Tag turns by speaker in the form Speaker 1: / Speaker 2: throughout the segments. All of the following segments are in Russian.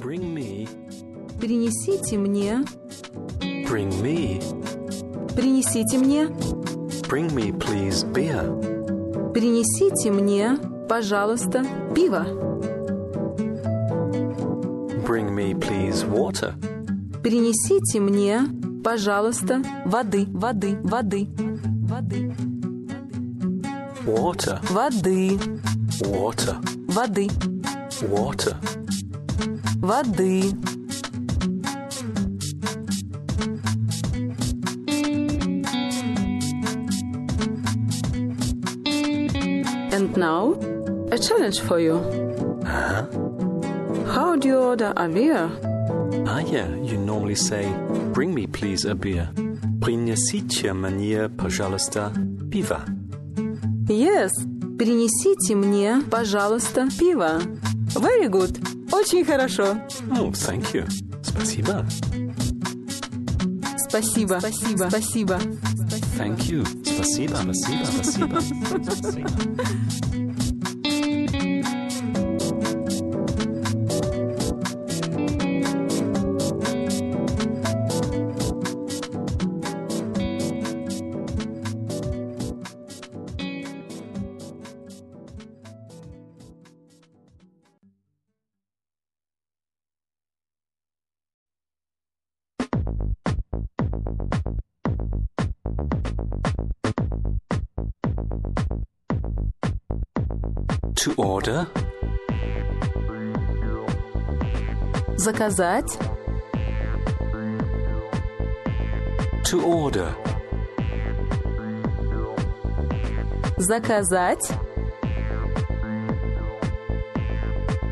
Speaker 1: Bring me,
Speaker 2: Принесите мне,
Speaker 1: bring me,
Speaker 2: принесите мне,
Speaker 1: bring me, please, beer.
Speaker 2: принесите мне, пожалуйста, пиво.
Speaker 1: Bring me, please, water.
Speaker 2: Принесите мне, пожалуйста, воды, воды, воды, воды,
Speaker 1: Water,
Speaker 2: воды,
Speaker 1: water,
Speaker 2: воды,
Speaker 1: water.
Speaker 2: воды. And now, a challenge for you. How do you order a beer?
Speaker 1: Ah, yeah, you normally say, bring me, please, a beer. Принесите мне, пожалуйста, пиво.
Speaker 2: Yes. Принесите мне, пожалуйста, пиво. Very good. Очень хорошо.
Speaker 1: Oh, thank you. Спасибо.
Speaker 2: Спасибо. Спасибо. Спасибо.
Speaker 1: Thank you. Спасибо, спасибо, спасибо. спасибо. To order,
Speaker 2: Заказать.
Speaker 1: to order,
Speaker 2: Заказать.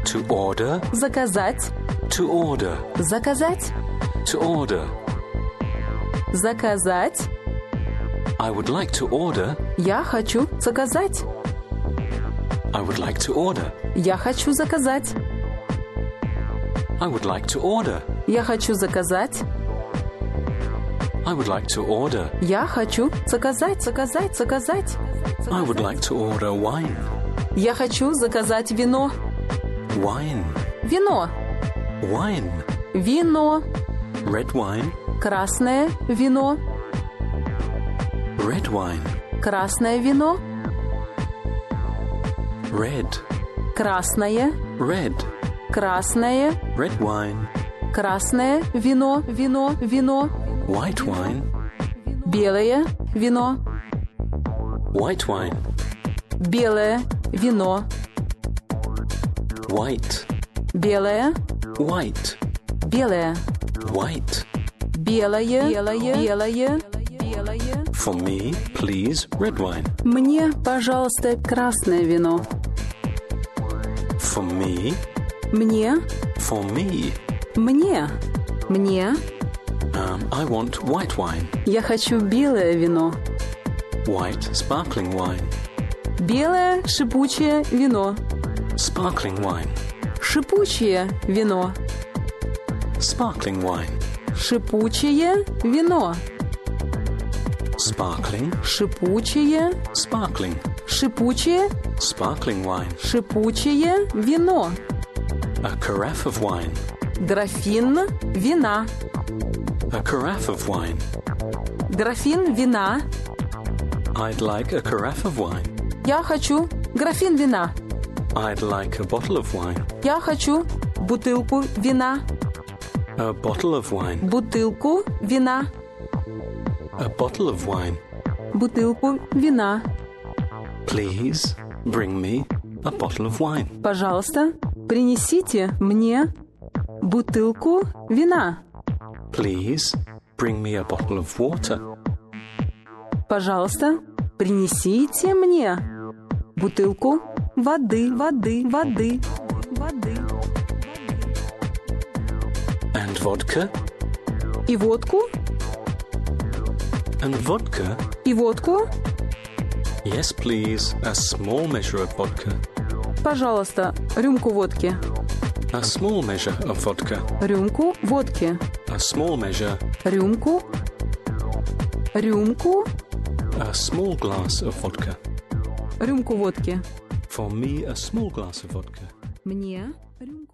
Speaker 1: to order,
Speaker 2: Заказать.
Speaker 1: to order,
Speaker 2: Заказать.
Speaker 1: to order.
Speaker 2: Заказать.
Speaker 1: I would like to order,
Speaker 2: Я хочу заказать.
Speaker 1: I would like to order,
Speaker 2: Я хочу заказать.
Speaker 1: I would like to order,
Speaker 2: Я хочу заказать.
Speaker 1: I would like to order,
Speaker 2: Я хочу заказать. Заказать. Заказать.
Speaker 1: I would like to order wine,
Speaker 2: Я хочу заказать вино.
Speaker 1: wine,
Speaker 2: Вино.
Speaker 1: wine,
Speaker 2: Вино.
Speaker 1: red wine,
Speaker 2: Красное вино.
Speaker 1: red wine,
Speaker 2: Красное вино.
Speaker 1: red,
Speaker 2: Красное.
Speaker 1: red,
Speaker 2: Красное.
Speaker 1: red wine,
Speaker 2: Красное вино. Вино. Вино.
Speaker 1: white wine,
Speaker 2: Белое вино.
Speaker 1: white wine,
Speaker 2: Белое вино.
Speaker 1: white,
Speaker 2: Белое.
Speaker 1: white,
Speaker 2: Белое.
Speaker 1: white.
Speaker 2: Белое. Белое. Белое. Белое.
Speaker 1: For me, please, red wine.
Speaker 2: Мне, пожалуйста, красное вино.
Speaker 1: For me,
Speaker 2: Мне,
Speaker 1: for me,
Speaker 2: мне, мне.
Speaker 1: um, I want white wine,
Speaker 2: Я хочу белое вино.
Speaker 1: white sparkling wine,
Speaker 2: Белое шипучее вино.
Speaker 1: sparkling wine,
Speaker 2: Шипучее вино.
Speaker 1: sparkling wine,
Speaker 2: Шипучее вино.
Speaker 1: sparkling,
Speaker 2: Шипучее,
Speaker 1: sparkling,
Speaker 2: шипучее,
Speaker 1: sparkling wine,
Speaker 2: шипучее вино.
Speaker 1: a carafe of wine,
Speaker 2: Графин вина.
Speaker 1: a carafe of wine.
Speaker 2: Графин вина.
Speaker 1: I'd like a carafe of wine.
Speaker 2: Я хочу графин вина.
Speaker 1: I'd like a bottle of wine,
Speaker 2: Я хочу бутылку вина.
Speaker 1: a bottle of wine,
Speaker 2: Бутылку вина.
Speaker 1: a bottle of wine.
Speaker 2: Бутылку вина.
Speaker 1: Please bring me a bottle of wine.
Speaker 2: Пожалуйста, принесите мне бутылку вина.
Speaker 1: Please bring me a bottle of water.
Speaker 2: Пожалуйста, принесите мне бутылку воды, воды, воды, воды.
Speaker 1: And vodka,
Speaker 2: И водку,
Speaker 1: and vodka.
Speaker 2: и водку.
Speaker 1: Yes, please, a small measure of vodka.
Speaker 2: Пожалуйста, рюмку водки.
Speaker 1: A small measure of vodka.
Speaker 2: Рюмку водки.
Speaker 1: A small measure,
Speaker 2: Рюмку. Рюмку.
Speaker 1: a small glass of vodka.
Speaker 2: Рюмку водки.
Speaker 1: For me, a small glass of vodka.
Speaker 2: Мне рюмку.